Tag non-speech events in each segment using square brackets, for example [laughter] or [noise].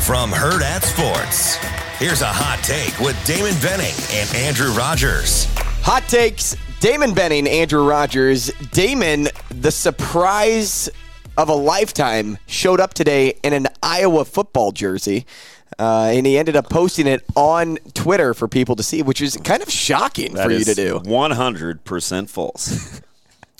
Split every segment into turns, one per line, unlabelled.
From Herd at Sports, here's a hot take with Damon Benning and Andrew Rogers.
Hot takes Damon Benning, Andrew Rogers. Damon, the surprise of a lifetime, showed up today in an Iowa football jersey. Uh, and he ended up posting it on Twitter for people to see, which is kind of shocking
That
for you
is
to do.
100%
[laughs]
false.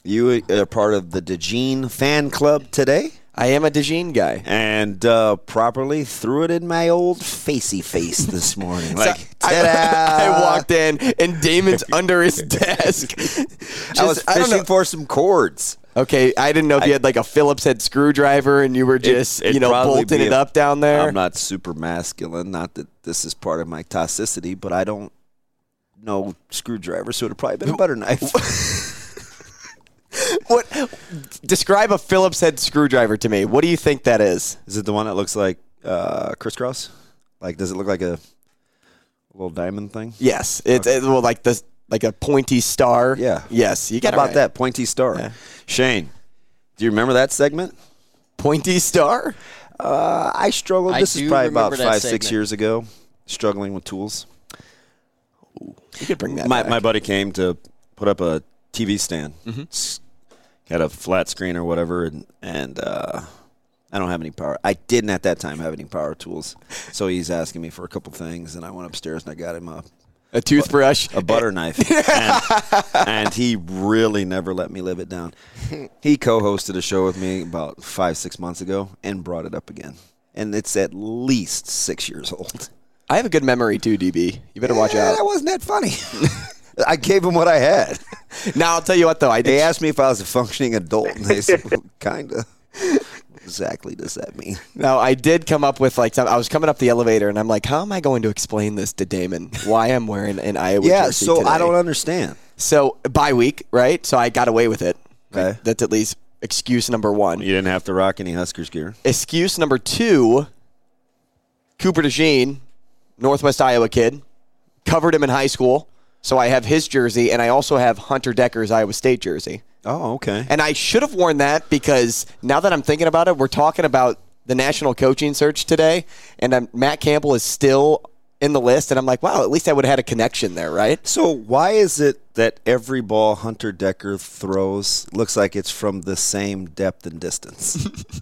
You are part of the DeGene fan club today,
I am a Dejean guy.
and uh, properly threw it in my old facey face [laughs] this morning.
So
Like,
I,
ta-da!
[laughs] I walked in, and
[laughs]
Damon's under his desk.
I was
Just- I don't know-
fishing for some cords.
Okay, I didn't know if you had like a Phillips head screwdriver and you were just,
it'd
you know,
probably
bolting
be
it
a-
up down there.
I'm not super masculine. Not that this is part of my toxicity, but I don't know screwdriver, so it'd probably been a butter knife. [laughs]
What? Describe a Phillips head screwdriver to me. What do you think that is?
Is it the one that looks like uh, crisscross? Like, does it look like a little diamond thing?
Yes, it's it, well, like the like a pointy star.
Yeah.
Yes, you
How
got it
about
right.
that pointy star? Shane, do you remember that segment?
pointy star.
Uh, I struggled.
I
this
do
is probably about
remember that
five, six
segment.
years ago, struggling with tools.
You could bring that.
My,
back.
my buddy came to put up a TV stand.
Mm-hmm.
S- Had a flat screen or whatever, and, and uh, I don't have any power. I didn't at that time have any power tools. So he's asking me for a couple things, and I went upstairs and I got him a,
a toothbrush.
a butter [laughs] knife. and, and he really never let me live it down. He co hosted a show with me about five, six months ago and brought it up again. And it's at least six years old.
I have a good memory too, DB. You better watch
Yeah,
out.
That wasn't that funny. [laughs] I gave him what I had.
Now I'll tell you what though. I
They
did.
asked me if I was a functioning adult, and they [laughs] said, well, "Kinda." What exactly does that mean?
Now I did come up with like some, I was coming up the elevator and I'm like, how am I going to explain this to Damon? Why I'm wearing an Iowa
yeah,
jersey
so
today?
I don't understand.
So bye week, right? So I got away with it.
Okay.
That's at least excuse number one.
You didn't have to rock any Huskers gear.
Excuse number two, Cooper DeJean, Northwest Iowa kid, covered him in high school. So I have his jersey, and I also have Hunter Decker's Iowa State jersey.
Oh, okay.
And I should have worn that because now that I'm thinking about it, we're talking about the national coaching search today, and i Matt Campbell is still in the list. And I'm like, wow, at least I would have had a connection there, right? [laughs]
So why is it that every ball Hunter Decker throws looks like it's from the same depth
[laughs]
and distance,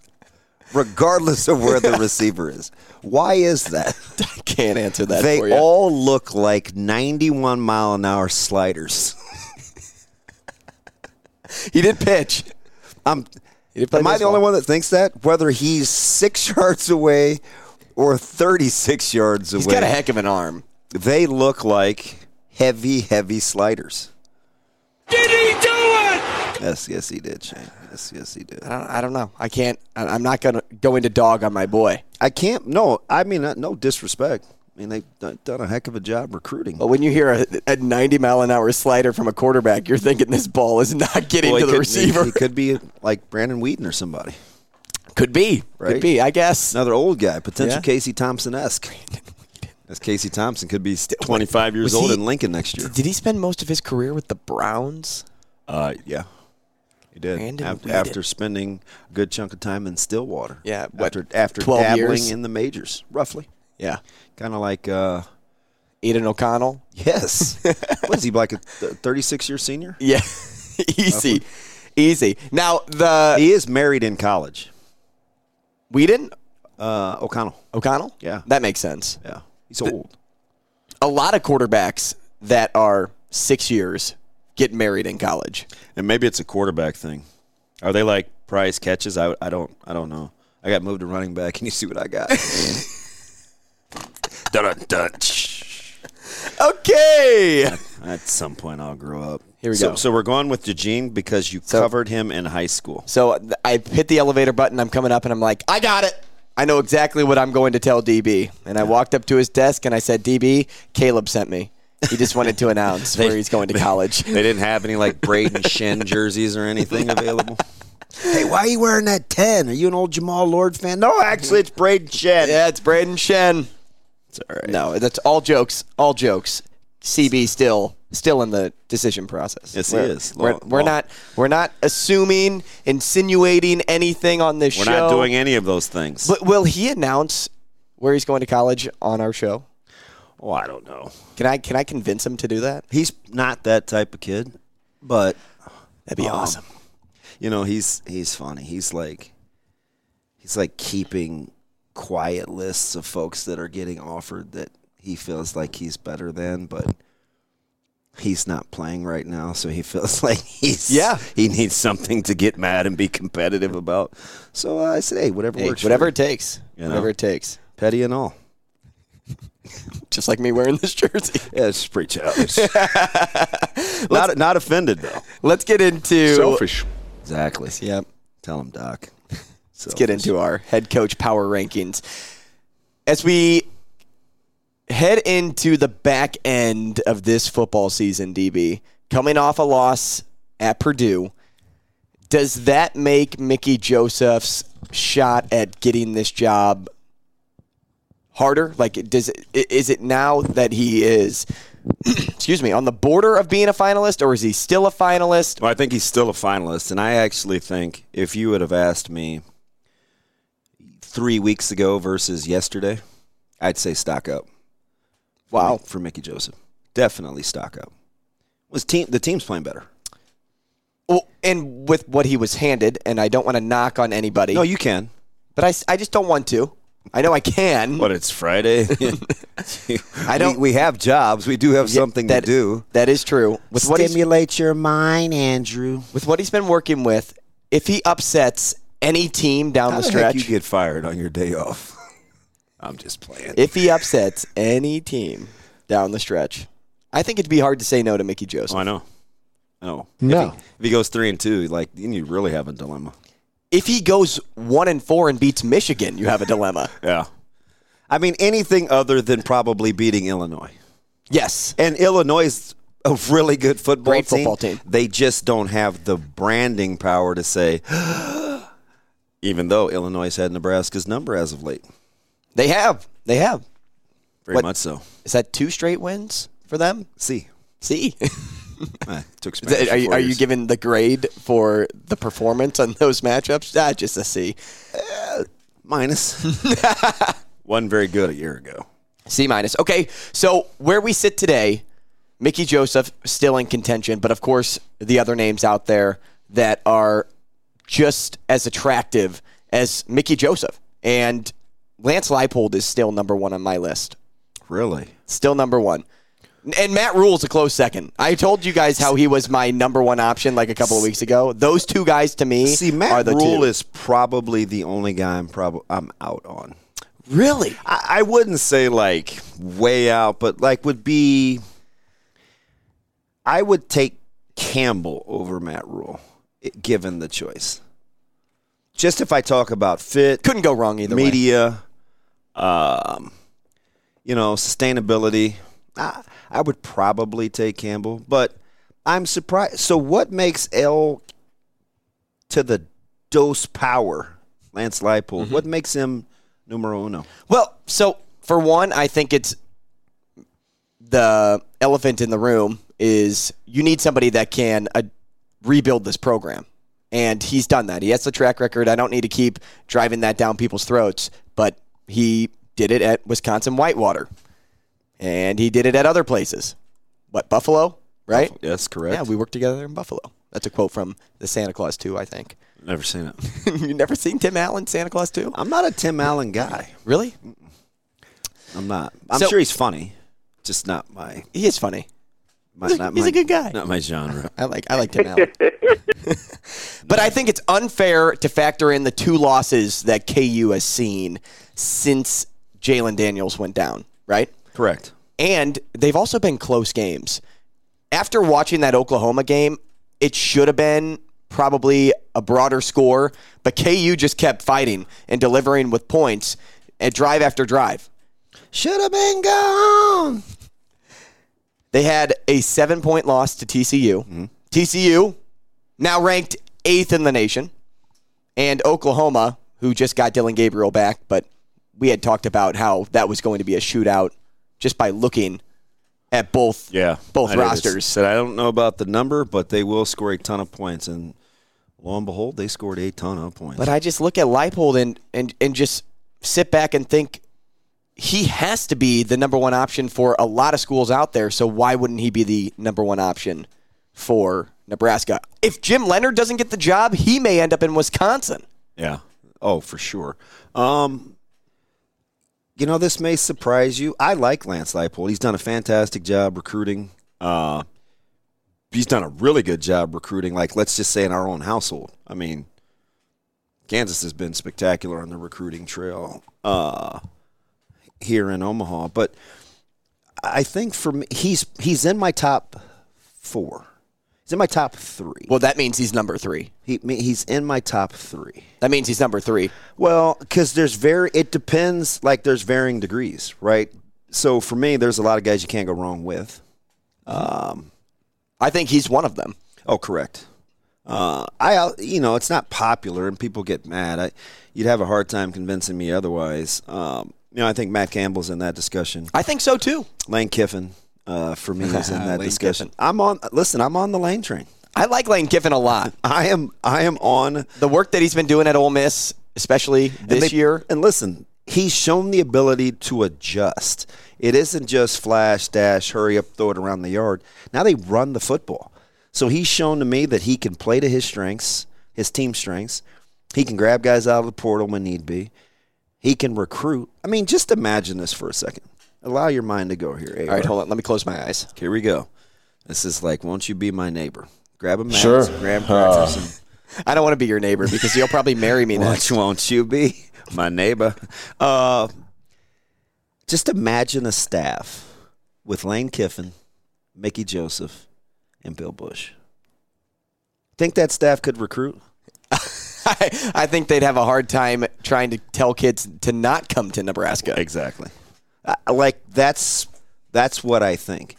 regardless of where the receiver is? Why is that?
I can't answer [laughs] that for
They
you.
all look like 91 mile an hour sliders. [laughs]
he did pitch.
I'm,
He did play
Um, am I the
baseball.
only one that thinks that? Whether he's six [laughs] yards away or 36 yards
He's
away,
got a heck of an arm.
they look like heavy, heavy sliders. Did he do it? Yes, yes, he did, Shane. Yes, yes, he did.
I don't, I don't know. I can't. I- I'm not gonna go into dog on my boy.
I can't. No, I mean, uh, no disrespect. I mean, they've done done a heck of a job recruiting.
But when you hear a, a 90 mile an hour slider from a quarterback, you're thinking this ball is not getting
Well, he
to the
could-
receiver.
He, he could be like Brandon Wheaton or somebody.
Could be. Could
Right?
be. I guess.
Another old guy, potential
Yeah.
Casey Thompson esque. That's Casey Thompson could be 25 years
was
old
he-
in Lincoln next year.
Did he spend most of his career with the Browns?
Uh, yeah, he did.
Brandon
After,
Whedon.
after spending a good chunk of time in Stillwater.
Yeah, what,
after after
12
dabbling
years?
in the majors, roughly,
Yeah.
kind of like uh,
Aiden O'Connell. [laughs]
yes. Was he like a thirty-six year senior?
Yeah. [laughs] Easy. Easy. Now the
He is married in college.
Whedon
Uh, O'Connell.
O'Connell.
Yeah.
That makes sense.
Yeah, he's old.
A lot of quarterbacks that are six years get married in college.
And maybe it's a quarterback thing. Are they like prize catches? I, I don't I don't know. I got moved to running back, and you see what I [laughs] got. dun, dun, dun.
Okay.
At some point, I'll grow up.
Here we
so,
go.
So we're going with Eugene because you
So-
covered him in high school.
So th- I hit the elevator button. I'm coming up, and I'm like, I got it. I know exactly what I'm going to tell DB. And I walked up to his desk and I said, DB, Caleb sent me. He just wanted
[laughs]
to announce where he's going to college.
They didn't have any
[laughs]
like Braden Shen jerseys or anything available.
Hey, why are you wearing that 10? Are you an old Jamal Lord fan? No, actually, it's Braden Shed.
Yeah, it's Braden Shen.
It's all right.
No, that's all jokes. All jokes. CB still still in the decision process.
Yes, he
we're,
is.
We're,
Law-
we're
law.
not we're not assuming, insinuating anything on this
We're
show.
not doing any of those things.
But will he announce where he's going to college on our show?
oh, I don't know.
Can I can I convince him to do that?
He's not that type of kid, but
That'd be awesome.
you know, he's he's funny. He's like he's like keeping quiet lists of folks that are getting offered that he feels like he's better than, but he's not playing right now, so he [laughs] feels like he's
Yeah.
he needs something to get mad and be competitive about. So uh, I say, hey, whatever
Hey,
works, for
whatever
you.
it takes.
You know?
Whatever it takes.
petty and all.
Just like me wearing this [laughs] jersey.
Yeah, it's pretty childish. [laughs] not not offended though.
Let's get into
Exactly.
Yep.
Tell him, Doc. So
Let's get into our head coach power rankings. As we head into the back end of this football season, DB, coming off a loss at Purdue, does that make Mickey Joseph's shot at getting this job harder? Like, it- does it, i- is it now that he is, [clears throat] excuse me, on the border of being a finalist, or is he still a finalist?
Well, I think he's still a finalist, and I actually think if you would have asked me three weeks ago versus yesterday, I'd say stock up.
Wow.
for Mickey Joseph, definitely stock up. Was team the team's playing better?
Well, and with what he was handed, and I don't want to knock on anybody.
No, you can.
But I, s- I just don't want to. I know I can.
But it's [laughs] Friday. I
don't-
We, we have jobs. We do have something
that,
to do.
That is true. With what, he's,
Stimulate your mind, Andrew.
with what he's been working with, if he upsets any team down
How
the
the heck
stretch,
you get fired on your day off? [laughs] I'm just playing.
if he upsets any team down the stretch, I think it'd be hard to say no to Mickey Joseph.
Oh, I know. I know.
No.
If he, if he goes three and two, like then you really have a dilemma.
If he goes one and four and beats Michigan, you have a dilemma.
[laughs] Yeah. I mean, anything other than probably beating Illinois.
yes.
And Illinois is a really good football
Great
team.
football team.
They just don't have the branding power to say, [gasps] even though Illinois has had Nebraska's number as of late.
They have. They have.
Very
What-
much so.
Is that two straight wins for them?
See.
See?
I took
Is that-
Spanish
are,
for
you,
four
are you
years.
giving the grade for the performance on [laughs] those matchups? Ah, just a C. [laughs]
minus one very good a year ago?
C minus. Okay, so where we sit today, Mickey Joseph still in contention, but of course the other names out there that are just as attractive as Mickey Joseph and Lance Leipold is still number one on my list.
Really?
Still number one. And Matt Rule's a close second. I told you guys how he was my number one option like a couple of weeks ago. Those two guys to me
See,
are
Matt
the
Rule
two.
is probably the only guy I'm prob- I'm out on.
really
I, I wouldn't say like way out, but like would be. I would take Campbell over Matt Rule, i- given the choice. Just if I talk about fit,
couldn't go wrong either. way.
media, um, you know, sustainability. I, I would probably take Campbell, but I'm surprised. So, what makes L to the dose power, Lance Leipold? What makes him numero uno?
Well, so for one, I think it's the elephant in the room is you need somebody that can uh, rebuild this program. And he's done that. He has the track record. I don't need to keep driving that down people's throats, but he did it at Wisconsin Whitewater. And he did it at other places. What, Buffalo, right?
Yes, correct.
Yeah, we worked together in Buffalo. That's a quote from the Santa Claus 2, I think. [laughs]
Never seen it.
you never seen Tim Allen, Santa Claus 2?
[laughs] I'm not a Tim Allen guy.
Really?
I'm not. I'm
So-
sure he's funny, just not my.
He is funny.
my
He's a-
not
he's
my-
a good guy.
Not my genre.
I like I like Tim Allen. but I think it's unfair to factor in the two losses that KU has seen since Jalen Daniels went down, right?
correct.
And they've also been close games. After watching that Oklahoma game, it should have been probably a broader score, but KU just kept fighting and delivering with points at drive after drive.
Should have been gone.
They had a seven point loss to TCU.
Mm-hmm.
TCU, now ranked eighth in the nation, and Oklahoma, who just got Dylan Gabriel back, but we had talked about how that was going to be a shootout just by looking at both
Yeah,
both
I did. It's-
rosters.
Said I don't know about the number, but they will score a ton of points, and lo and behold, they scored a ton of points.
But I just look at Leipold and, and, and just sit back and think he has to be the number one option for a lot of schools out there. So why wouldn't he be the number one option for Nebraska? If Jim Leonard doesn't get the job, he may end up in Wisconsin.
yeah, oh for sure. Um, you know this may surprise you. I like Lance Leipold. He's done a fantastic job recruiting. Uh, he's done a really good job recruiting. Like let's just say in our own household. I mean, Kansas has been spectacular on the recruiting trail uh, here in Omaha, but I think for me, he's he's in my top four. He's in my top three.
Well, that means he's number three.
He me- he's in my top three.
That means he's number three.
Well, because there's very it depends. Like there's varying degrees, right? So for me, there's a lot of guys you can't go wrong with.
I think he's one of them.
Oh, correct. Uh, I out- you know it's not popular and people get mad. I you'd have a hard time convincing me otherwise. Um, you know I think Matt Campbell's in that discussion.
I think so too.
Lane Kiffin uh, for me is in that
Lane
discussion. I'm on. Listen, I'm on the Lane train.
I like Lane Kiffin a lot.
I am. I am on
The work that he's been doing at Ole Miss, especially this
And they-
year.
And listen, he's shown the ability to adjust. It isn't just flash, dash, hurry up, throw it around the yard. Now they run the football. So he's shown to me that he can play to his strengths, his team strengths. He can grab guys out of the portal when need be. He can recruit. I mean, just imagine this for a second. Allow your mind to go here.
All right, hold on. Let me close my eyes.
Here we go. This is like, won't you be my neighbor? Grab a match, sure. grab crackers, and
I don't want to be your neighbor because you'll probably marry
[laughs]
me next.
won't, won't you be my neighbor? Uh, just imagine a staff with Lane Kiffin, Mickey Joseph, and Bill Bush. Think that staff could recruit?
[laughs] I, I think they'd have a hard time trying to tell kids to not come to Nebraska.
Exactly. I, like that's that's what I think.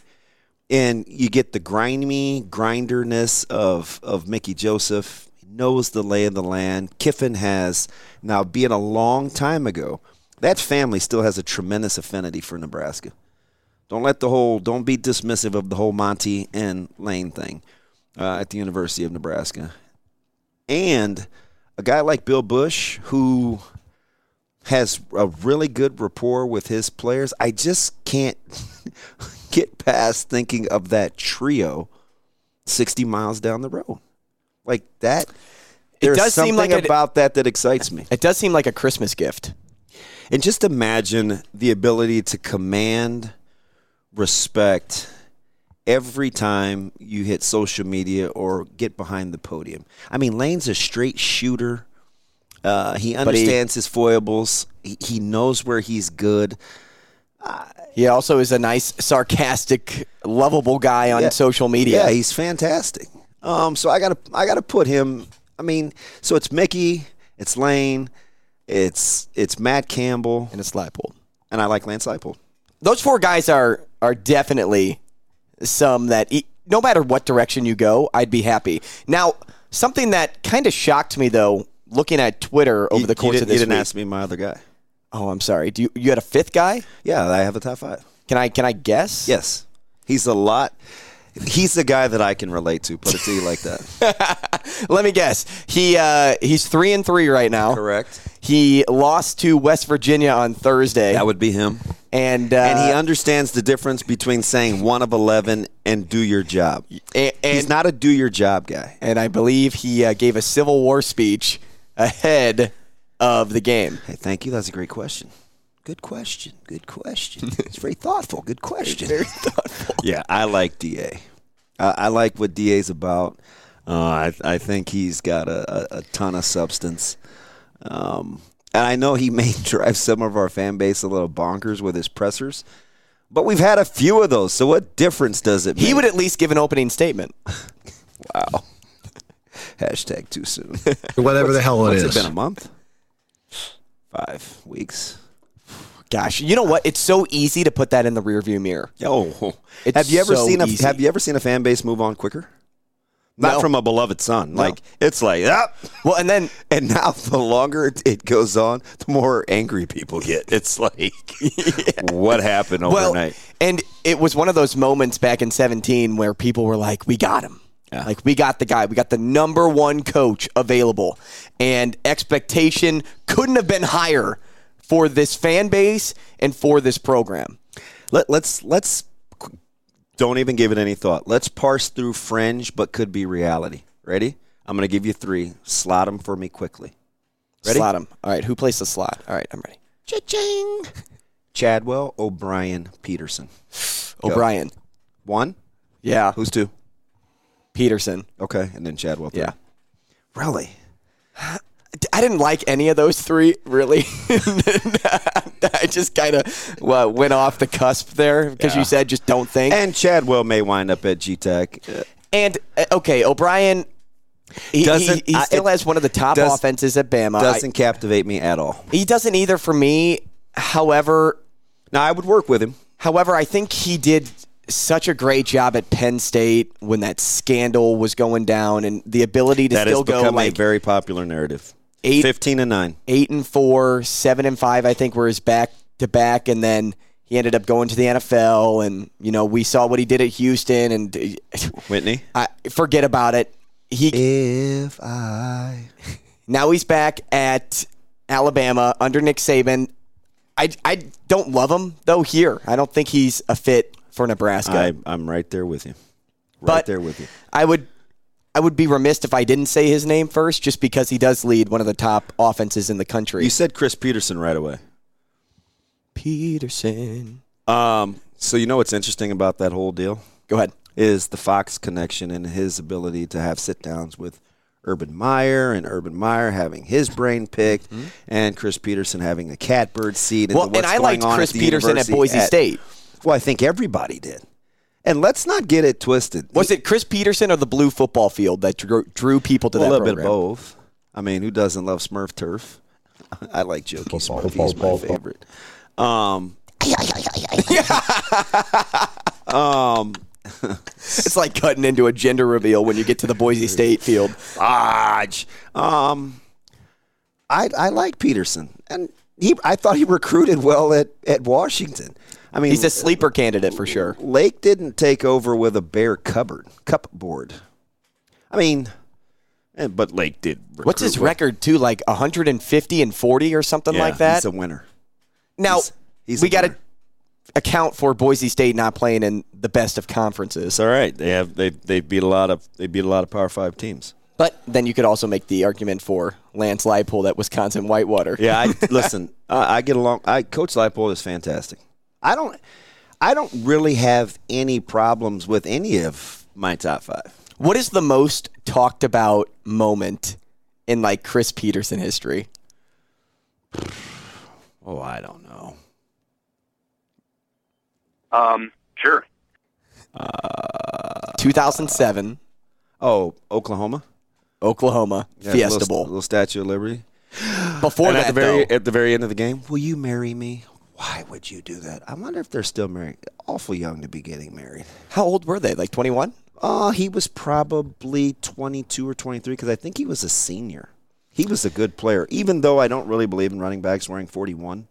And you get the grimy grinderness of of Mickey Joseph. He knows the lay of the land. Kiffin has now being a long time ago. That family still has a tremendous affinity for Nebraska. Don't let the whole don't be dismissive of the whole Monty and Lane thing uh, at the University of Nebraska. And a guy like Bill Bush who has a really good rapport with his players. I just can't [laughs] get past thinking of that trio 60 miles down the road. Like that. There's
does seem
something
like a-
about that that excites me.
It does seem like a Christmas gift.
And just imagine the ability to command respect every time you hit social media or get behind the podium. I mean, Lane's a straight shooter. Uh, he understands his foibles. He, he knows where he's good.
He also is a nice, sarcastic, lovable guy on
Yeah.
social media.
Yeah, he's fantastic. Um, so I gotta I gotta put him. I mean, so it's Mickey, it's Lane, it's it's Matt Campbell,
and a slide pull.
and I like Lance Leipold.
Those four guys are are definitely some that e- no matter what direction you go, I'd be happy. Now, something that kind of shocked me though, looking at Twitter over
You-
the
you
course
didn't-
of this
you didn't
week.
ask me my other guy.
Oh, I'm sorry. Do you you had a fifth guy?
Yeah, I have a top five.
Can I can I guess?
Yes. He's a lot. He's the guy that I can relate to. Put it to you like that.
Let me guess. He uh, he's three and three right now.
Correct.
He lost to West Virginia on Thursday,
[laughs] That would be him.
and uh,
And he understands the difference between saying one of 11 and do your job.
and,
He's
and,
not a do your job guy.
and I believe he uh, gave a Civil War speech ahead of the game.
Hey, thank you. That's a great question. Good question.
[laughs]
Good question. It's very thoughtful. Good question. [laughs] yeah, I like DA. I, I like what DA's about. Uh, I, I think he's got a, a, a ton of substance. Um, and I know he [laughs] may drive some of our fan base a little bonkers with his pressers, but we've had a few of those. So what difference does it make?
He would at least give an opening statement.
wow. Hashtag too soon.
[laughs] Whatever the hell it
What's
is.
it been a month? Five weeks.
Gosh, you know what? It's so easy to put that in the rearview mirror.
Yo,
It's
have you ever
so
seen a
easy.
Have you ever seen a fan base move on quicker? Not
No.
from a beloved son. Like it's like ah!
Well, and then
And now the longer it- it goes on, the more angry people get. It's like [laughs] what happened
well,
overnight.
and it was one of those moments back in 17 where people were like, "We got him." Like we got the guy, we got the number one coach available, and expectation couldn't have been higher for this fan base and for this program.
Let, let's let's qu- don't even give it any thought. Let's parse through fringe, but could be reality. Ready? I'm gonna give you three. Slot them for me quickly. Ready?
Slot him. All right, who plays the slot? All right, I'm ready. Cha-ching.
Chadwell, O'Brien, Peterson.
O'Brien.
One.
Yeah.
Who's two?
Peterson?
Okay, and then Chadwell. three.
Yeah.
Really?
I didn't like any of those three really. [laughs] I just kind of well, went off the cusp there because you said just don't think. And,
And Chadwell may wind up at G Tech.
uh, okay, O'Brien. He,
Doesn't-
he, he
I-
still
it
has one of the top
does-
offenses at Bama. I-
Doesn't captivate me at all.
he doesn't either for me. However,
Now I would work with him.
However, I think he did such a great job at Penn State when that scandal was going down, and the ability to
That has
still go
become
like
a very popular narrative.
Eight-
Fifteen and nine.
eight and four, seven and five. I think were his back to back, and then he ended up going to the NFL, and you know we saw what he did at Houston, and [laughs]
Whitney.
I forget about it. He
Eh. If I
now he's back at Alabama under Nick Saban. I I don't love him though here. I don't think he's a fit for Nebraska.
I, I'm right there with you. Right
But-
there with you.
I would I would be remiss if I didn't say his name first, just because he does lead one of the top offenses in the country.
You said Chris Peterson right away.
Peterson.
Um, so you know what's interesting about that whole deal
Go ahead.
is the Fox connection and his ability to have sit downs with Urban Meyer and Urban Meyer having his brain picked and Chris Peterson having a catbird seat. Into
Mm-hmm. Well,
what's
and I
going
liked
on
Chris
at the
Peterson at
university
Boise State.
Well, I think everybody did. And let's not get it twisted.
Was it Chris Peterson or the blue football field that drew, drew people to
a
that
little
program?
bit of both. I mean, who doesn't love Smurf turf? [laughs] I like Jokey Smurf. He's my favorite. Um,
It's like cutting into a gender reveal when you get to the
[laughs]
Boise State field.
Fudge. Um, I I like Peterson, and he I thought he recruited well at at Washington. I mean,
He's a sleeper candidate for sure.
Lake didn't take over with a bare cupboard cupboard. I mean, eh, but Lake did. Recruit
What's his
well.
record too? Like 150 and 40 or something
Yeah,
like that.
He's a winner.
now
he's- he's a
we got to
winner.
account for Boise State not playing in the best of conferences.
It's all right. They have they they beat a lot of they beat a lot of Power Five teams.
But then you could also make the argument for Lance Leipold at Wisconsin Whitewater.
Yeah, [laughs] I listen. I, I get along. I Coach Leipold is fantastic. I don't. I don't really have any problems with any of my top five.
What is the most talked about moment in like Chris Peterson history?
Oh, I don't know.
Um, sure.
Uh,
2007,
Oh, Oklahoma
Oklahoma
Yeah,
Fiesta
little,
Bowl.
little Statue of Liberty.
Before
and
that,
at the very
though,
at the very end of the game, will you marry me? Why would you do that? I wonder if they're still married. Awful young to be getting married.
how old were they? Like 21?
Oh, he was probably 22 or 23 because I think he was a senior. He was a good player, even though I don't really believe in running backs wearing 41.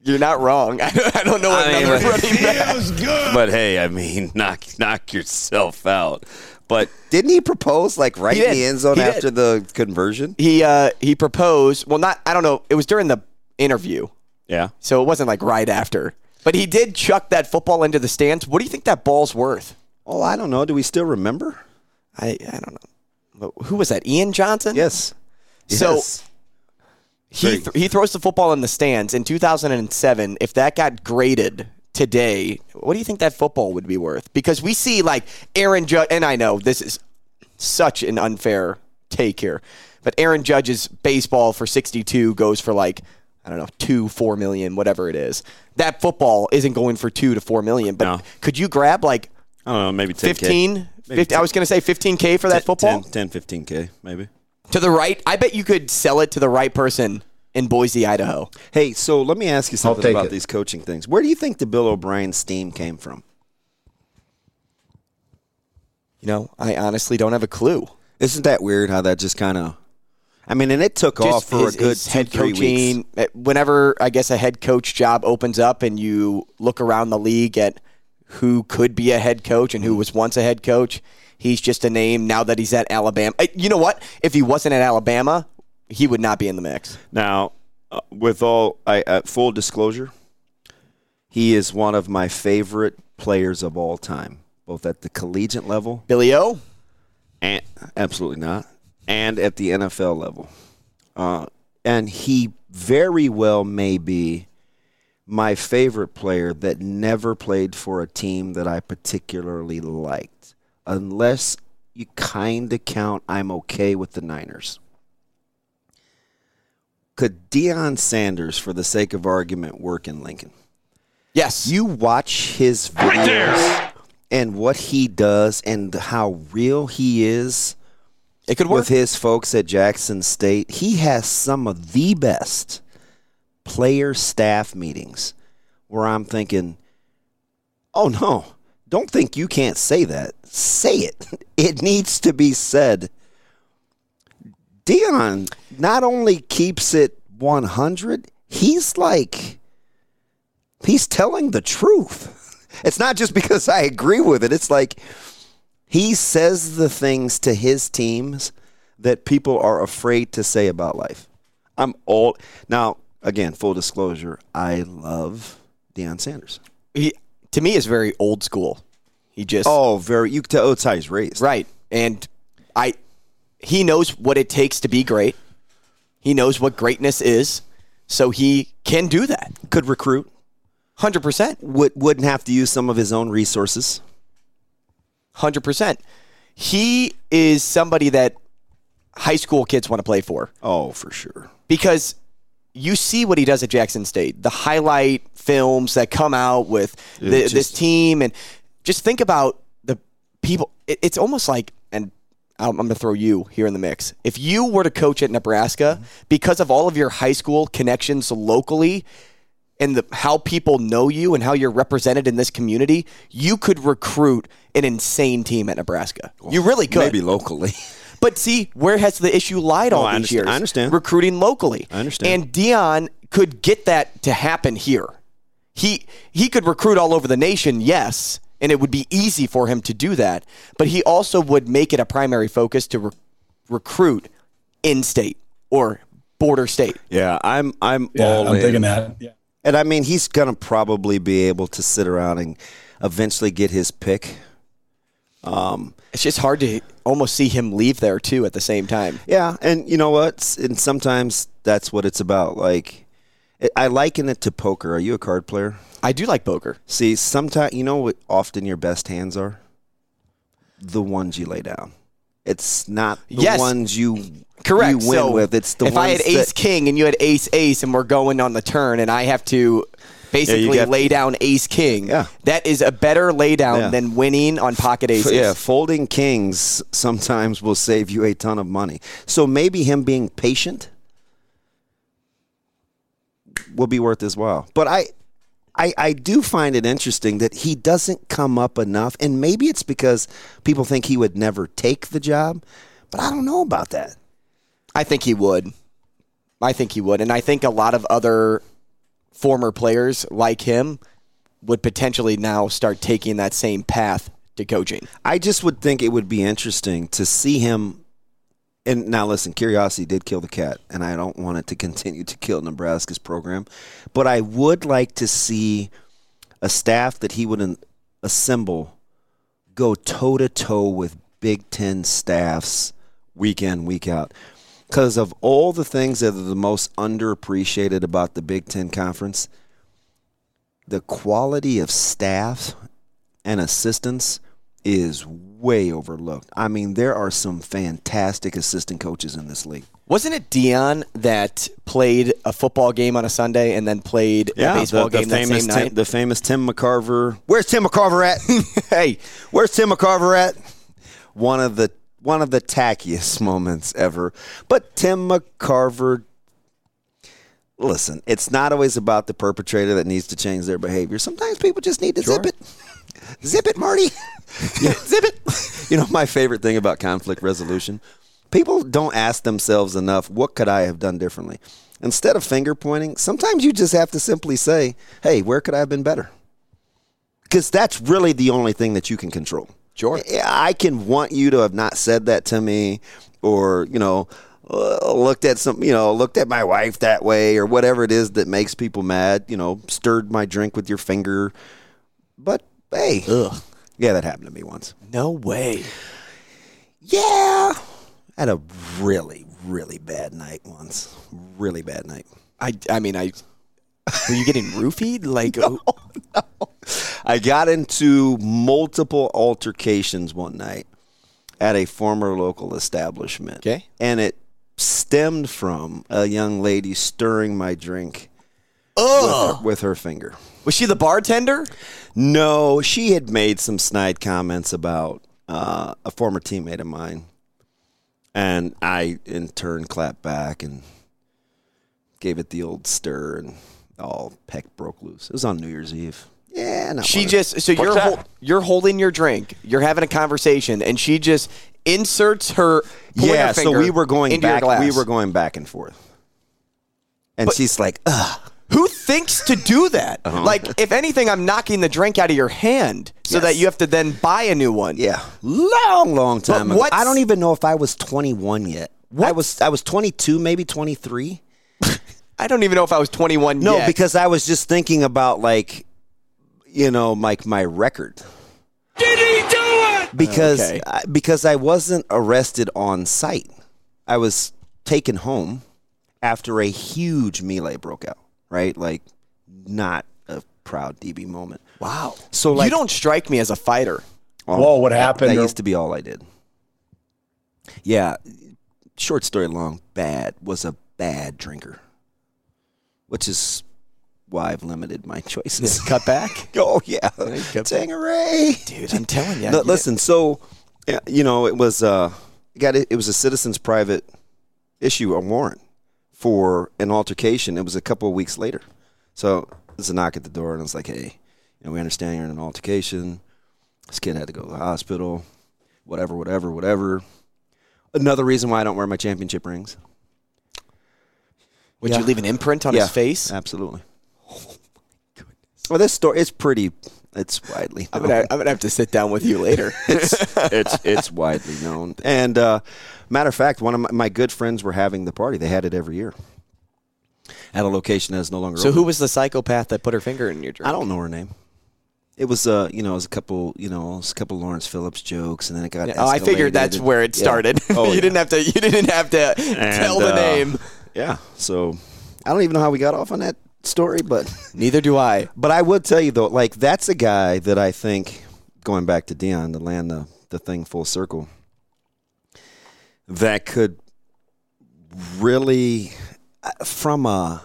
You're not wrong. [laughs] I don't, I don't know what
I mean,
number
but- [laughs]
running back.
But hey, I mean, [laughs] knock knock yourself out. But didn't he propose like right
He
in
did.
the end zone
He did.
after the conversion?
He uh, he proposed. Well, not. I don't know. It was during the interview,
Yeah.
so it wasn't like right after. But he did chuck that football into the stands. What do you think that ball's worth?
Oh, I don't know. Do we still remember?
I I don't know. Who was that? Ian Johnson.
Yes.
So-
Yes.
he th- he throws the football in the stands in 2007 if that got graded today what do you think that football would be worth because we see like aaron judge and i know this is such an unfair take here but aaron judge's baseball for 62 goes for like i don't know two four million whatever it is that football isn't going for two to four million but
No.
could you grab like
I don't know, maybe 10K.
15 50, I was going to say 15K for that football.
10, 10 15K, maybe.
To the right. I bet you could sell it to the right person in Boise, Idaho.
Hey, so let me ask you something
take
about
it.
these coaching things. Where do you think the Bill O'Brien steam came from?
You know, I honestly don't have a clue.
Isn't that weird how that just kind of. I mean, and it took off for
his-
a good
his
two,
head
three
coaching.
weeks.
uh, Whenever I guess a head coach job opens up and you look around the league at who could be a head coach and who was once a head coach, he's just a name now that he's at Alabama. Uh, You know what? If he wasn't at Alabama, he would not be in the mix.
Now, uh, with all I, uh, full disclosure, he is one of my favorite players of all time, both at the collegiate level
Billy O.
and absolutely not, and at the NFL level. Uh, and he very well may be my favorite player that never played for a team that I particularly liked, unless you kind of count I'm okay with the Niners. Could Deion Sanders, for the sake of argument, work in Lincoln?
Yes,
You watch his videos and what he does and how real he is
it could work.
with his folks at Jackson State. He has some of the best player staff meetings where I'm thinking, oh no, don't think you can't say that. Say it. [laughs] It needs to be said. Dion not only keeps it 100, he's like, he's telling the truth. [laughs] It's not just because I agree with it. It's like, he says the things to his teams that people are afraid to say about life. I'm all now. Again, full disclosure, I love Deion Sanders.
he, to me, is very old school. He just
Oh, very. You can tell. Oh, it's how he's raised.
Right. And I he knows what it takes to be great. He knows what greatness is. So he can do that.
Could recruit.
100%.
Would wouldn't have to use some of his own resources.
100%. He is somebody that high school kids want to play for
Oh, for sure.
because you see what he does at Jackson State. The highlight films that come out with the,
just-
this team and just think about the people it, it's almost like and I'm, I'm going to throw you here in the mix. If you were to coach at Nebraska,
Mm-hmm.
because of all of your high school connections locally and the, how people know you and how you're represented in this community, you could recruit an insane team at Nebraska. you really could.
Maybe [laughs] locally.
But see, where has the issue lied all
I
these
understand-
years?
I understand.
Recruiting locally.
I understand.
And Dion could get that to happen here. He he could recruit all over the nation, yes, and it would be easy for him to do that. But he also would make it a primary focus to re- recruit in state or border state.
yeah, I'm. I'm
Yeah,
all
I'm
in.
digging that. Yeah.
And I mean, he's going to probably be able to sit around and eventually get his pick.
It's just hard to almost see him leave there too at the same time.
Yeah, and you know what? S- And sometimes that's what it's about. Like, I- I liken it to poker. Are you a card player?
I do like poker.
See, sometimes you know what often your best hands are? The ones you lay down. It's not the
Yes.
ones you
Correct.
you win
so
with. It's the
if
ones
I had
that,
ace king and you had ace ace and we're going on the turn and I have to basically
got-
lay down ace king.
Yeah.
That is a better lay down
Yeah.
than winning on pocket
F-
aces.
Yeah, folding kings sometimes will save you a ton of money. So maybe him being patient will be worth his while. But I, I, I do find it interesting that he doesn't come up enough, and maybe it's because people think he would never take the job. But I don't know about that.
I think he would. I think he would. And I think a lot of other former players like him would potentially now start taking that same path to coaching.
I just would think it would be interesting to see him. And now, listen, curiosity did kill the cat, and I don't want it to continue to kill Nebraska's program. But I would like to see a staff that he would en- assemble go toe to toe with Big Ten staffs week in, week out. Because of all the things that are the most underappreciated about the Big Ten Conference, the quality of staff and assistants is way overlooked. I mean, there are some fantastic assistant coaches in this league.
Wasn't it Dion that played a football game on a Sunday and then played a baseball game that same night?
Tim, [laughs] the famous Tim McCarver. Where's Tim McCarver at? hey, where's Tim McCarver at? one of the one of the tackiest [laughs] moments ever. But Tim McCarver listen, it's not always about the perpetrator that needs to change their behavior. Sometimes people just need to zip it. [laughs] Zip it, Marty. [laughs] Yeah, zip it. [laughs] You know, my favorite thing about conflict resolution people don't ask themselves enough, what could I have done differently? Instead of finger pointing, sometimes you just have to simply say, hey, where could I have been better? Because that's really the only thing that you can control.
Sure.
Yeah, I can want you to have not said that to me or, you know, uh, looked at some, you know, looked at my wife that way or whatever it is that makes people mad, you know, stirred my drink with your finger. But hey, yeah, that happened to me once.
No way.
Yeah. I had a really, really bad night once. Really bad night.
I, I mean, I. Were you getting
[laughs]
roofied? Like,
I got into multiple altercations one night at a former local establishment.
Okay.
And it stemmed from a young lady stirring my drink with her, with her finger.
was she the bartender?
No, she had made some snide comments about uh, a former teammate of mine. And I, in turn, clapped back and gave it the old stir, and all heck broke loose. It was on New Year's Eve. Yeah, not
She
one of-
just so you're hol- you're holding your drink, you're having a conversation, and she just inserts her pointer
yeah. So
finger
we were going
into your
back.
glass.
We were going back and forth, and she's like, Ugh.
Who thinks to do that?
Uh-huh.
Like, if anything, I'm knocking the drink out of your hand so that you have to then buy a new one.
"Yeah, long, long time
But
ago."
what's-
I don't even know if I was 21 yet. I was I was 22, maybe 23.
I don't even know if I was 21
No,
yet.
because I was just thinking about like, you know, like my record. Did he do it? Because
Okay.
I, because I wasn't arrested on site. I was taken home after a huge melee broke out. Right, like not a proud DB moment.
wow.
So like
you don't strike me as a fighter.
Whoa, what
that-
happened?
That used to be all I did. Yeah, short story long. Bad was a bad drinker, which is why I've limited my choices.
[laughs] Cut back,
[laughs] Oh yeah, Tangeray.
dude. I'm telling you.
No, listen, so yeah, you know it was uh, it got it was a citizen's private issue a warrant for an altercation. It was a couple of weeks later, so there's a knock at the door, and I was like, hey, you know, we understand you're in an altercation. This kid had to go to the hospital, whatever, whatever, whatever. Another reason why I don't wear my championship rings.
Would you
yeah.
leave an imprint on his face?
Absolutely. Well, this story is pretty. It's widely.
I'm
known.
gonna, I'm gonna have to sit down with you later.
[laughs] it's it's widely known. And uh, matter of fact, one of my, my good friends were having the party. They had it every year at a location that is no longer.
so
open.
who was the psychopath that put her finger in your drink?
I don't know her name. It was uh, you know, it was a couple, you know, it was a couple Lawrence Phillips jokes, and then it got.
Oh, I figured that's
escalated.
where it
Yeah.
started. [laughs]
Oh,
you
yeah.
didn't have to. You didn't have to
And,
tell the
uh,
name.
Yeah. So I don't even know how we got off on that story, but.
Neither do I.
But I would tell you though, like that's a guy that I think going back to Dion to land the, the thing full circle that could really uh, from a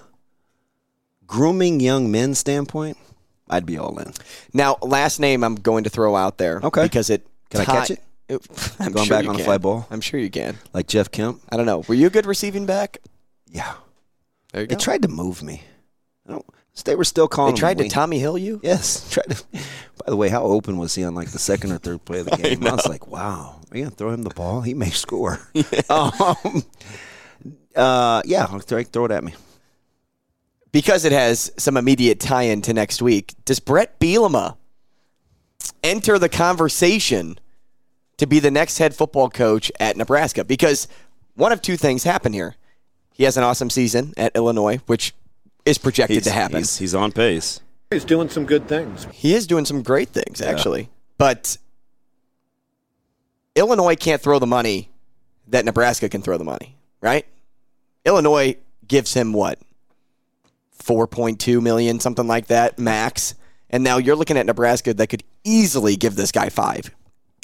grooming young men standpoint, I'd be all in.
Now, last name I'm going to throw out there.
Okay.
Because it
Can I
ti-
catch it?
[laughs] I'm
Going
sure
back
you
on a
can.
fly ball?
I'm sure you can.
Like Jeff Kemp.
I don't know. Were you a good receiving back?
Yeah.
There you
They
go.
tried to move me. I don't they were still
They
calling
tried
him
to
wing.
Tommy Hill you.
Yes. [laughs] Tried to, by the way, how open was he on like the second or third play of the game? [laughs] I, was like, wow, are you going to throw him the ball? He may [laughs] score. um, uh, yeah, I'll throw, throw it at me.
Because it has some immediate tie-in to next week. Does Brett Bielema enter the conversation to be the next head football coach at Nebraska? Because one of two things happen here. He has an awesome season at Illinois, which is projected to happen.
He's, he's on pace.
He's doing some good things.
He is doing some great things, actually. But Illinois can't throw the money that Nebraska can throw the money, right? Illinois gives him what? 4.2 million, something like that, max. And now you're looking at Nebraska that could easily give this guy five.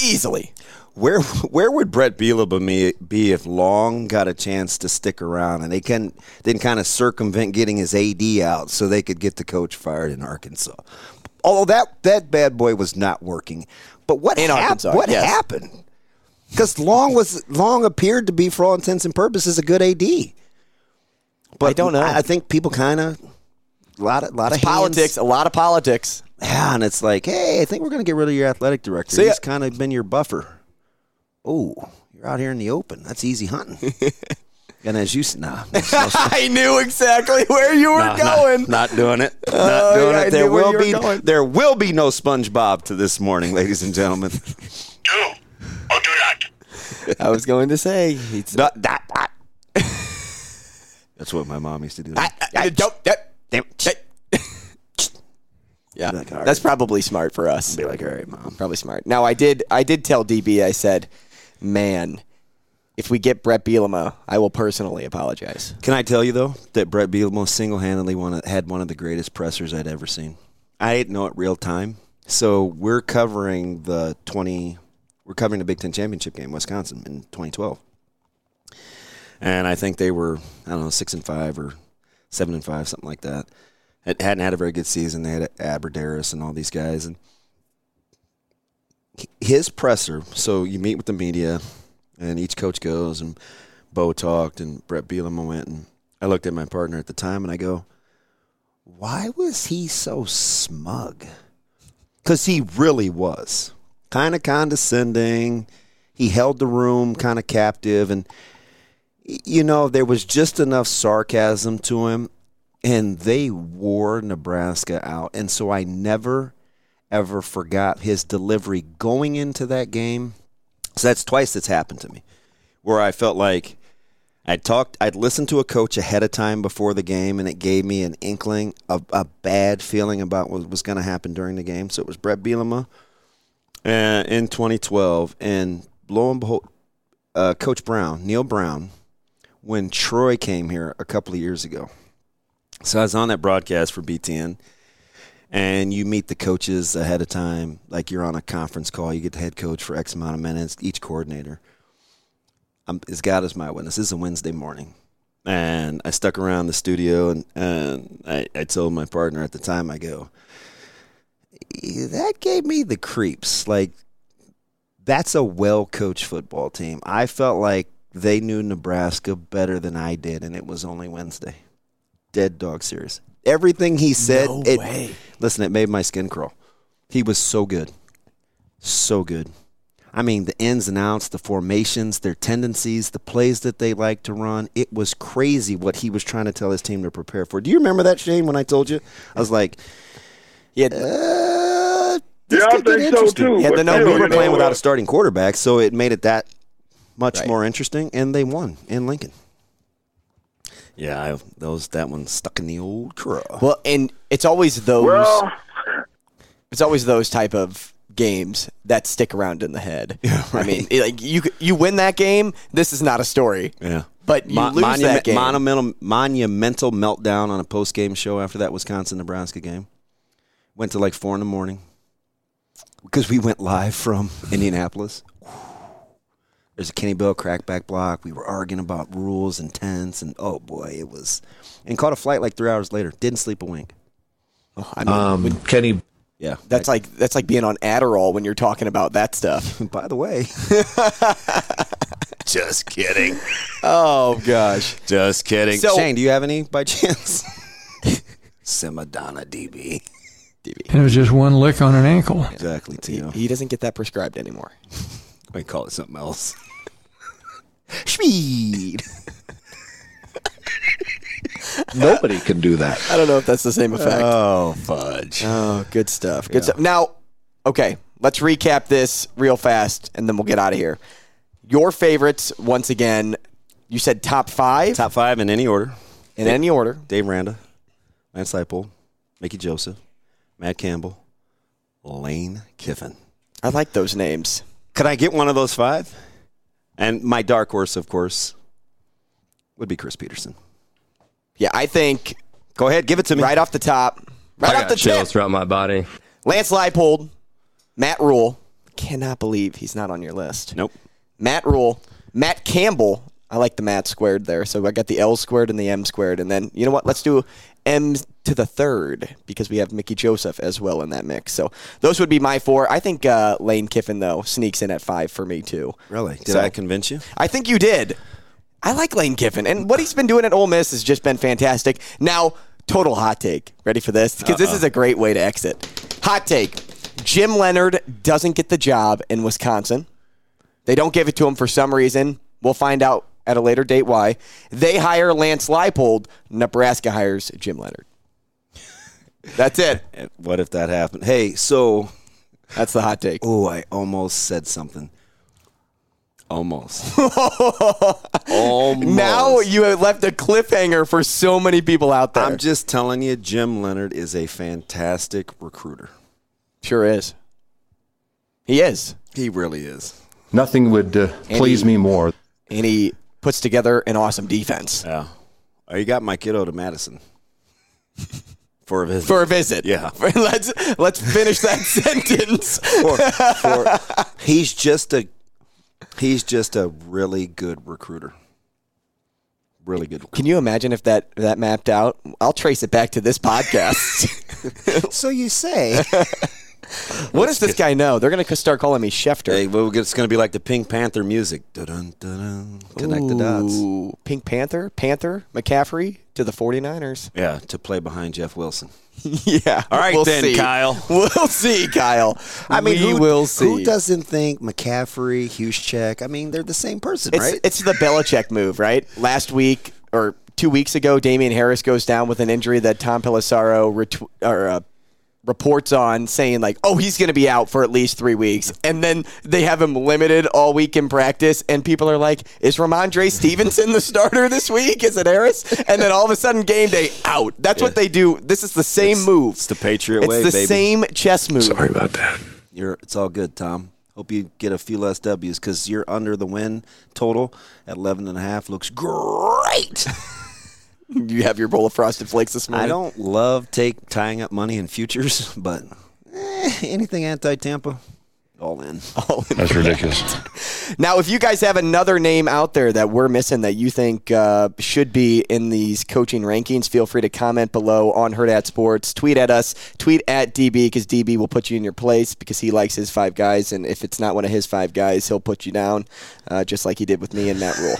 Easily.
Where where would Brett Bielema me- be if Long got a chance to stick around and they can then kind of circumvent getting his AD out so they could get the coach fired in Arkansas? Although that that bad boy was not working, but what
In
hap-
Arkansas,
What
yes.
happened?
Because Long was Long appeared to be, for all intents and purposes, a good AD. But
I don't know.
I, I think people kind of a lot of lot
It's
of hands-
politics, a lot of politics. [laughs]
Yeah, and it's like, hey, I think we're gonna get rid of your athletic director.
See ya.
He's kind of been your buffer.
Oh, you're out here in the open. That's easy
[laughs]
hunting.
And as you s- nah,
I knew exactly where you were
nah,
going.
Not, not doing it. Not
Oh,
doing
yeah, I
it. There
knew where
will
you were
be
going.
there will be no SpongeBob to this morning, ladies and gentlemen.
Do or do not.
I was going to say it's
Da- da- da. [laughs] That's what my mom used to do.
I, I, I don't. That,
Damn.
yeah,
Like, all right.
that's probably smart for us.
Be like, all right, mom.
Probably smart. Now I did. I did tell DB. I said, "Man, if we get Brett Bielema, I will personally apologize."
Can I tell you though that Brett Bielema single-handedly one of- had one of the greatest pressers I'd ever seen. I didn't know it real time. So we're covering the twenty. We're covering the Big Ten championship game, Wisconsin, in 2012. And I think they were I don't know six and five or seven and five, something like that. It hadn't had a very good season. They had Aberderis and all these guys, and his presser. So you meet with the media, and each coach goes, and Bo talked, and Brett Bielema went, and I looked at my partner at the time, and I go, "Why was he so smug?" Because he really was kind of condescending. He held the room kind of captive, and y- you know there was just enough sarcasm to him, and they wore Nebraska out, and so I never ever forgot his delivery going into that game. So that's twice that's happened to me, where I felt like I'd talked, I'd listened to a coach ahead of time before the game, and it gave me an inkling, of a bad feeling about what was going to happen during the game. So it was Brett Bielema uh, in 2012, and lo and behold, uh, Coach Brown, Neil Brown, when Troy came here a couple of years ago. So I was on that broadcast for BTN, and you meet the coaches ahead of time. Like you're on a conference call, you get the head coach for X amount of minutes, each coordinator. I'm, as God is my witness, this is a Wednesday morning, and I stuck around the studio, and, and I, I told my partner at the time, I go, "Eh, that gave me the creeps. Like that's a well coached football team. I felt like they knew Nebraska better than I did, and it was only Wednesday. Dead dog serious. Everything he said, it, listen, it made my skin crawl. He was so good, so good. I mean, the ins and outs, the formations, their tendencies, the plays that they like to run. It was crazy what he was trying to tell his team to prepare for. Do you remember that, Shane, when I told you? I was like,
Yeah,
uh, this
Yeah, I
could get
think so,
interesting.
too,
Yeah,
but
the no,
still,
we
you
were
know uh,
playing without
what?
a starting quarterback, so it made it that much
Right.
more interesting, and they won in Lincoln. Yeah, I, those that one stuck in the old craw.
well, and it's always those.
Well,
it's always those type of games that stick around in the
[laughs]
head. I mean, it- like you you win that game, this is not a story.
yeah,
But you lose
monument-
that game.
monumental monumental meltdown on a post game show after that Wisconsin Nebraska game. Went to like four in the morning because we went live from [laughs] Indianapolis. There's a Kenny Bell crackback block. We were arguing about rules and tents, and oh boy, it was. And caught a flight like three hours later. Didn't sleep a wink.
Oh, I mean,
um,
Kenny.
Yeah,
that's like that's like being on Adderall when you're talking about that
[laughs]
stuff.
by the way. Just kidding.
[laughs]
Oh gosh.
Just kidding.
So-
Shane, do you have any by chance? Simadonna DB.
It was just one lick on an ankle.
Exactly, Tino.
He doesn't get that prescribed anymore.
[laughs] We call it something else. [laughs] Speed.
Nobody can do that.
I don't know if that's the
[laughs]
same effect.
Oh, fudge.
oh, good stuff. Good stuff. Now, okay, let's recap this real fast and then we'll get out of here. Your favorites once again. You said top 5
Top five in any order.
in any order.
Dave Randa, Lance Leipold, Mickey Joseph, Matt Campbell, Lane Kiffin.
I like those names.
Could I get one of those five? And my dark horse, of course, would be Chris Peterson.
Yeah, I think
Go ahead, give it to me.
right off the top, right off the tip,
throughout my body.
Lance Leipold, Matt Rule. Cannot believe he's not on your list.
Nope.
Matt Rule, Matt Campbell. I like the Matt squared there, so I got the L squared and the M squared, and then you know what? Let's do M to the third because we have Mickey Joseph as well in that mix. So those would be my four. I think uh, Lane Kiffin though sneaks in at five for me too.
Really? Did
So-
I convince you?
I think you did. I like Lane Kiffin, and what he's been doing at Ole Miss has just been fantastic. Now, total hot take. Ready for this? Because this is a great way to exit. Hot take: Jim Leonard doesn't get the job in Wisconsin. They don't give it to him for some reason. We'll find out at a later date why. They hire Lance Leipold. Nebraska hires Jim Leonard. That's it.
[laughs] And Eh, What if that happened? Hey, so
That's the hot take.
oh, I almost said something. [laughs] Almost. almost.
[laughs] Now you have left a cliffhanger for so many people out there.
I'm just telling you, Jim Leonard is a fantastic recruiter.
Sure is. He is.
He really is.
Nothing would uh, please me more.
And he puts together an awesome defense
Yeah. Oh, you got my kiddo
[laughs]
to Madison for a visit.
for a visit.
Yeah.
[laughs] let's let's finish that [laughs] sentence.
for, for-
[laughs]
he's just a he's just a really good recruiter. Really good.
Can you imagine if that that mapped out? I'll trace it back to this podcast.
So you say?
[laughs] what does this guy know? They're going to start calling me Schefter.
[laughs] hey, well, it's going to be like the Pink Panther music. Dun-dun, dun-dun. Connect the dots.
Ooh, Pink Panther, Panther, McCaffrey to the 49ers.
Yeah, to play behind Jeff Wilson.
yeah.
All right
we'll
then,
see.
Kyle.
[laughs] We'll see, Kyle. I mean, we
who,
will see.
Who doesn't think McCaffrey, Huschek? I mean, they're the same person,
It's,
right?
it's the Belichick move, right? Last week or two weeks ago, Damian Harris goes down with an injury that Tom Pelissaro retw- or, uh, reports on, saying like, "Oh, he's going to be out for at least three weeks," and then they have him limited all week in practice, and people are like, "Is Ramondre Stevenson the starter this week? Is it Harris?" And then all of a sudden, game day out. That's what they do. This is the same move.
It's the Patriot
It's
way,
the
baby.
same chess move.
Sorry about that.
You're, it's all good, Tom. Hope you get a few less W's because you're under the win total at 11 and a half. Looks great.
[laughs] You have your bowl of frosted flakes this morning.
I don't love take tying up money in futures, [laughs] but eh, anything anti Tampa, all in.
Oh.
That's ridiculous.
Now, if you guys have another name out there that we're missing that you think uh, should be in these coaching rankings, feel free to comment below on Herd at Sports. Tweet at us. Tweet at DB because DB will put you in your place because he likes his five guys. And if it's not one of his five guys, he'll put you down, uh, just like he did with me and Matt Rule.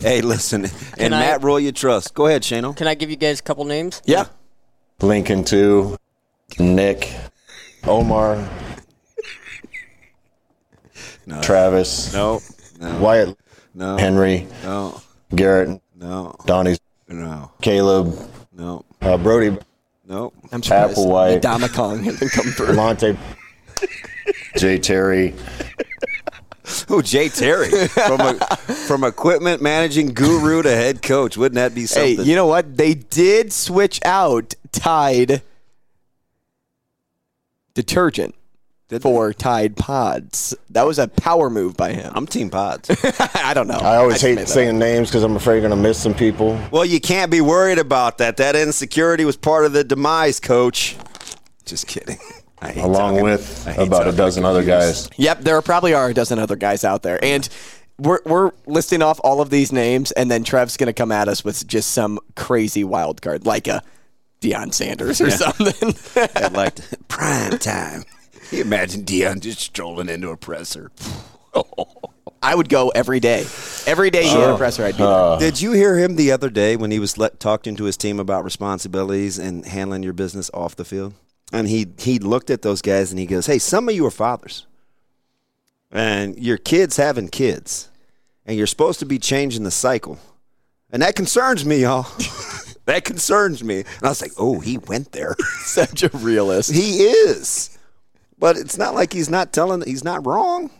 Hey, listen, and
I-
Matt Roy, you trust. Go ahead, Shano.
Can I give you guys a couple names?
yeah.
Lincoln too. Nick. Omar. Travis.
No, no,
Wyatt.
no,
Henry.
no,
Garrett.
no,
Donnie.
no,
Caleb.
no,
Uh, Brody.
no.
I'm surprised.
Applewhite.
Domicong hasn't come through.
Monte. Jay Terry.
Oh, Jay Terry from a, from equipment managing guru to head coach. Wouldn't that be
Hey,
something?
you know what? They did switch out Tide detergent for Tide pods. That was a power move by him.
I'm team pods.
[laughs] I don't know.
I always
just made
hate
that
saying names because I'm afraid you're going to miss some people.
Well, you can't be worried about that. That insecurity was part of the demise, coach. Just kidding. I hate
Along
talking-
with
I hate
about a
talking
dozen other
computers.
guys.
up. Yep, there probably are a dozen other guys out there, and we're we're listing off all of these names, and then Trev's gonna come at us with just some crazy wild card, like a Deion Sanders or something. [laughs]
I'd like [laughs] to, prime time. Can you imagine Dion just strolling into a presser.
I would go every day, every day. you had a presser, I'd be
Uh,
there.
Uh-huh.
Did you hear him the other day when he was let, talking to his team about responsibilities and handling your business off the field? And he he looked at those guys and he goes, "Hey, some of you are fathers, and your kids having kids, and you're supposed to be changing the cycle, and that concerns me, y'all. [laughs] that concerns me." And I was like, "Oh, he went there.
[laughs] such a realist.
he is." But it's not like he's not telling. He's not wrong.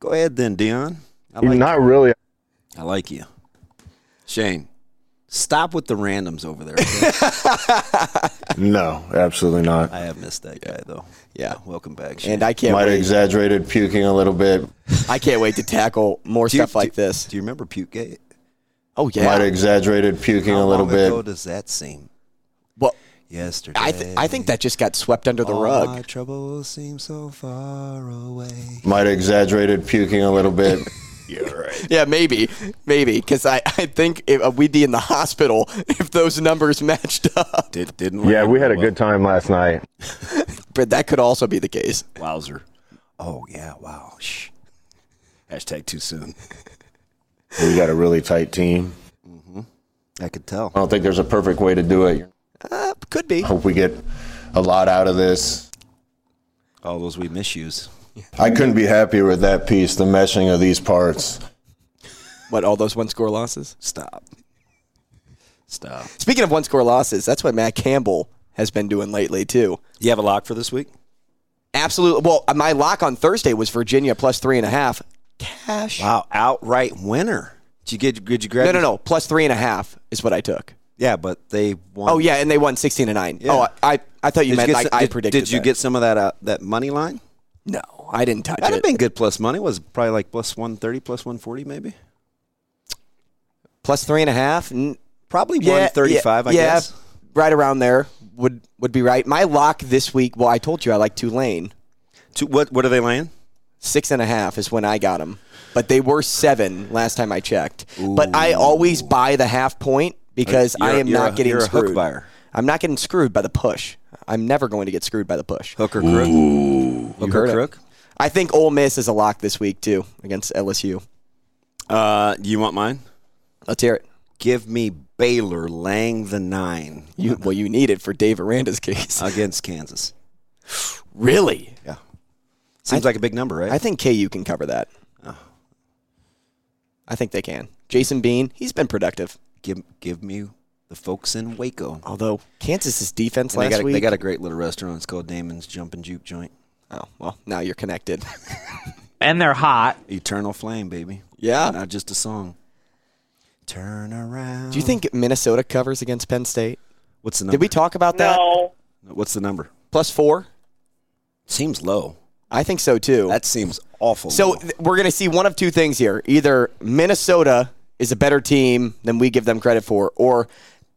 Go ahead, then, Dion. I like
Not really.
I like you. Shane, stop with the randoms over there. okay?
[laughs]
No, absolutely not.
I have missed that guy, though.
Yeah.
Welcome back, Shane.
And I can't
Might have
wait.
exaggerated puking a little bit.
I can't wait to tackle more
Do you-
stuff like
do-
this.
Do you remember Puke Gate?
Oh
Might have
yeah.
exaggerated puking a little
How long ago
bit.
does that seem?
Well,
Yesterday.
I th- I think that just got swept under the
all
rug.
My troubles seem so far away.
Might have exaggerated puking a little bit.
Yeah, maybe, maybe, because I, I think if, uh, we'd be in the hospital [laughs] if those numbers matched up.
Did, didn't.
Yeah,
land
we had a
well.
good time last night.
But that could also be the case.
Wowzer. Oh yeah, wow. Shh. Hashtag too soon.
We got a really tight team.
Mm-hmm.
Oh.
I could tell.
I don't think there's a perfect way to do it.
Uh, could be.
Hope we get a lot out of this.
All those we misuse.
I couldn't be happier with that piece, the meshing of these parts.
What all those one score losses?
Stop. Stop.
Speaking of one score losses, that's what Matt Campbell has been doing lately too.
You have a lock for this week?
Absolutely. Well, uh, my lock on Thursday was Virginia plus three and a half. Cash.
Wow, outright winner. Did you get? Did you grab?
No, no,
these-
no. Plus three and a half is what I took.
Yeah, but they won.
Oh yeah, and they won sixteen to nine. Oh, I, I, I thought you
Did
meant
get
like
some-
I
did-
predicted.
Did you
that.
get some of that uh, that money line?
No, I didn't touch
That'd
it.
have been good plus money. Was probably like plus one thirty, plus one forty, maybe.
plus three and a half. N-
Probably
Yeah,
one thirty-five.
yeah,
I
yeah,
guess.
right around there would would be right. My lock this week. Well, I told you I like Tulane.
Two, what What are they laying?
Six and a half is when I got them, but they were seven last time I checked. But I always buy the half point because I
You're-
am
you're
not
a-
getting
you're a hook
screwed.
buyer.
I'm not getting screwed by the push. I'm never going to get screwed by the push.
Hook or crook? Hook or
heard it.
crook?
I think Ole Miss is a lock this week too against LSU.
Uh, you want mine?
Let's hear it.
Give me Baylor laying the nine
You, well, you need it for Dave Aranda's
[laughs]
case.
against Kansas.
really?
Yeah. Seems like a big number, right?
I think KU can cover that.
Oh.
I think they can. Jason Bean, he's been productive.
give give me the folks in Waco.
Although Kansas's defense
And they
last
got, a,
week.
they got a great little restaurant. It's called Damon's Jump and Juke Joint.
oh well, now you're connected. [laughs]
And they're hot.
Eternal Flame, baby.
yeah.
Not just a song. Turn around.
Do you think Minnesota covers against Penn State?
What's the
Did
number?
we talk about that?
No.
What's the number?
Plus four.
Seems low.
I think so too.
That seems awful.
so
low.
th- we're going to see one of two things here: either Minnesota is a better team than we give them credit for, or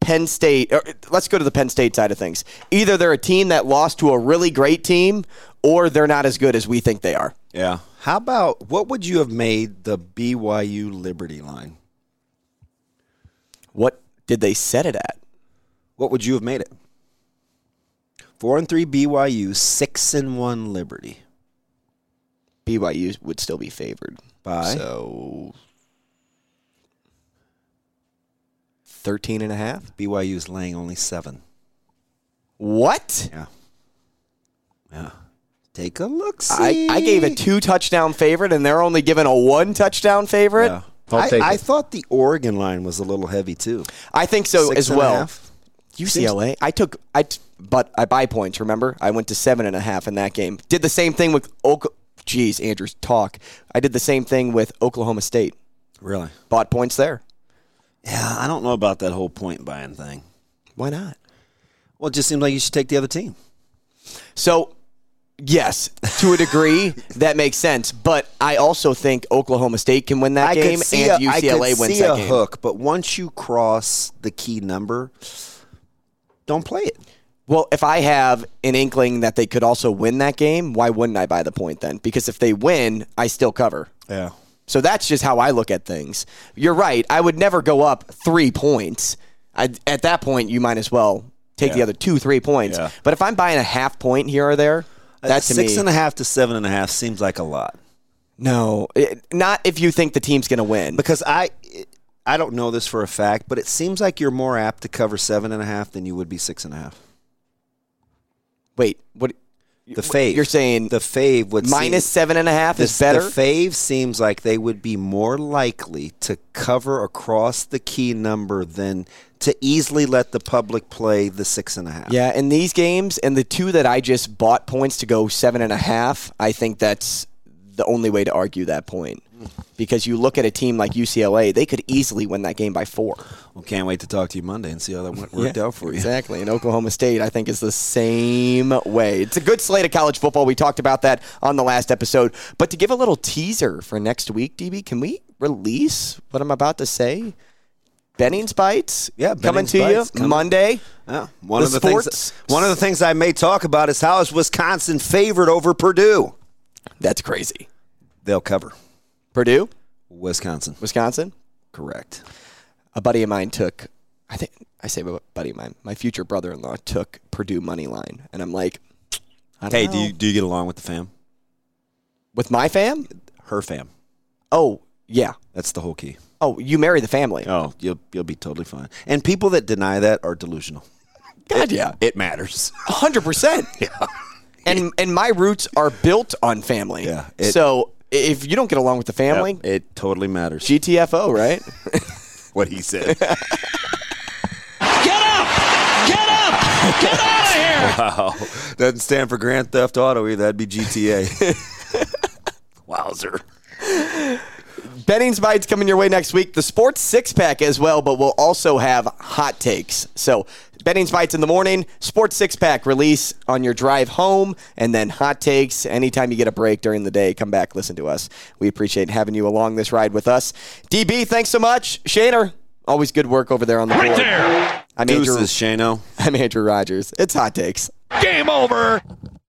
Penn State. Or, let's go to the Penn State side of things. Either they're a team that lost to a really great team, or they're not as good as we think they are.
yeah. How about what would you have made the BYU Liberty line?
What did they set it at?
What would you have made it? Four and three BYU, six and one Liberty.
BYU would still be favored.
By?
So 13 and a half?
BYU is laying only seven.
What?
Yeah. Yeah. Take a look.
I, I gave a two touchdown favorite and they're only giving a one touchdown favorite.
Yeah.
I'll
I,
take
I
it.
thought the Oregon line was a little heavy too.
I think so
Six
as
and a
well.
half.
UCLA. I took I t- but I buy points, remember? I went to seven and a half in that game. Did the same thing with Oak Jeez, Andrews, talk. I did the same thing with Oklahoma State.
Really?
Bought points there.
Yeah, I don't know about that whole point buying thing.
Why not?
Well, it just seems like you should take the other team.
So, yes, to a
[laughs]
degree, that makes sense. But I also think Oklahoma State can win that game, and
I could
UCLA wins
see
that
a
game.
hook, but once you cross the key number, don't play it.
Well, if I have an inkling that they could also win that game, why wouldn't I buy the point then? Because if they win, I still cover.
Yeah.
So that's just how I look at things. You're right. I would never go up three points. I, at that point, you might as well take the other two, three points.
Yeah.
But if I'm buying a half point here or there, that to
Uh, six
me,
and a half to seven and a half seems like a lot.
no, It- not if you think the team's going to win.
because I I don't know this for a fact, but it seems like you're more apt to cover seven and a half than you would be six and a half.
Wait, what?
The fave
You're saying
the fave would seem-
minus seven and a half
the,
is better.
The fave seems like they would be more likely to cover across the key number than to easily let the public play the six and a half.
yeah, in these games, and the two that I just bought points to go seven and a half, I think that's the only way to argue that point. Because you look at a team like UCLA, they could easily win that game by four.
Well, can't wait to talk to you Monday and see how that went, worked out for you.
Exactly. And Oklahoma State, I think, is the same way. It's a good slate of college football. We talked about that on the last episode. But to give a little teaser for next week, DB, can we release what I'm about to say? Benning's Bites
Yeah,
coming
Benning's
to
Bites
you
coming.
Monday.
Yeah. One
The
of the things
sports-
one of the things I may talk about is how is Wisconsin favored over Purdue?
That's crazy.
They'll cover.
Purdue?
Wisconsin.
Wisconsin?
Correct.
A buddy of mine took, I think, I say a buddy of mine, my future brother in law took Purdue money line. And I'm like, I don't
Hey,
know.
do you do you get along with the fam?
With my fam?
Her fam.
Oh, yeah.
That's the whole key.
Oh, you marry the family.
Oh, you'll you'll be totally fine. And people that deny that are delusional.
God, yeah.
It matters.
hundred
[laughs]
percent. And and my roots are built on family.
Yeah, it-
so if you don't get along with the family,
Yep, It totally matters.
GTFO, right?
what he said.
[laughs] Get up! Get up! Get out of here!
[laughs] wow. Doesn't stand for Grand Theft Auto either. That'd
[laughs]
be GTA. Wowzer.
Betting's bites coming your way next week. The sports six pack as well, but we'll also have hot takes. So Betting's bites in the morning, sports six pack release on your drive home, and then hot takes anytime you get a break during the day. Come back, listen to us. We appreciate having you along this ride with us. DB, thanks so much. Shaner, always good work over there on the board. I'm Andrew. [laughs]
Deuces, Shano.
I'm Andrew Rogers. It's hot takes.
Game over!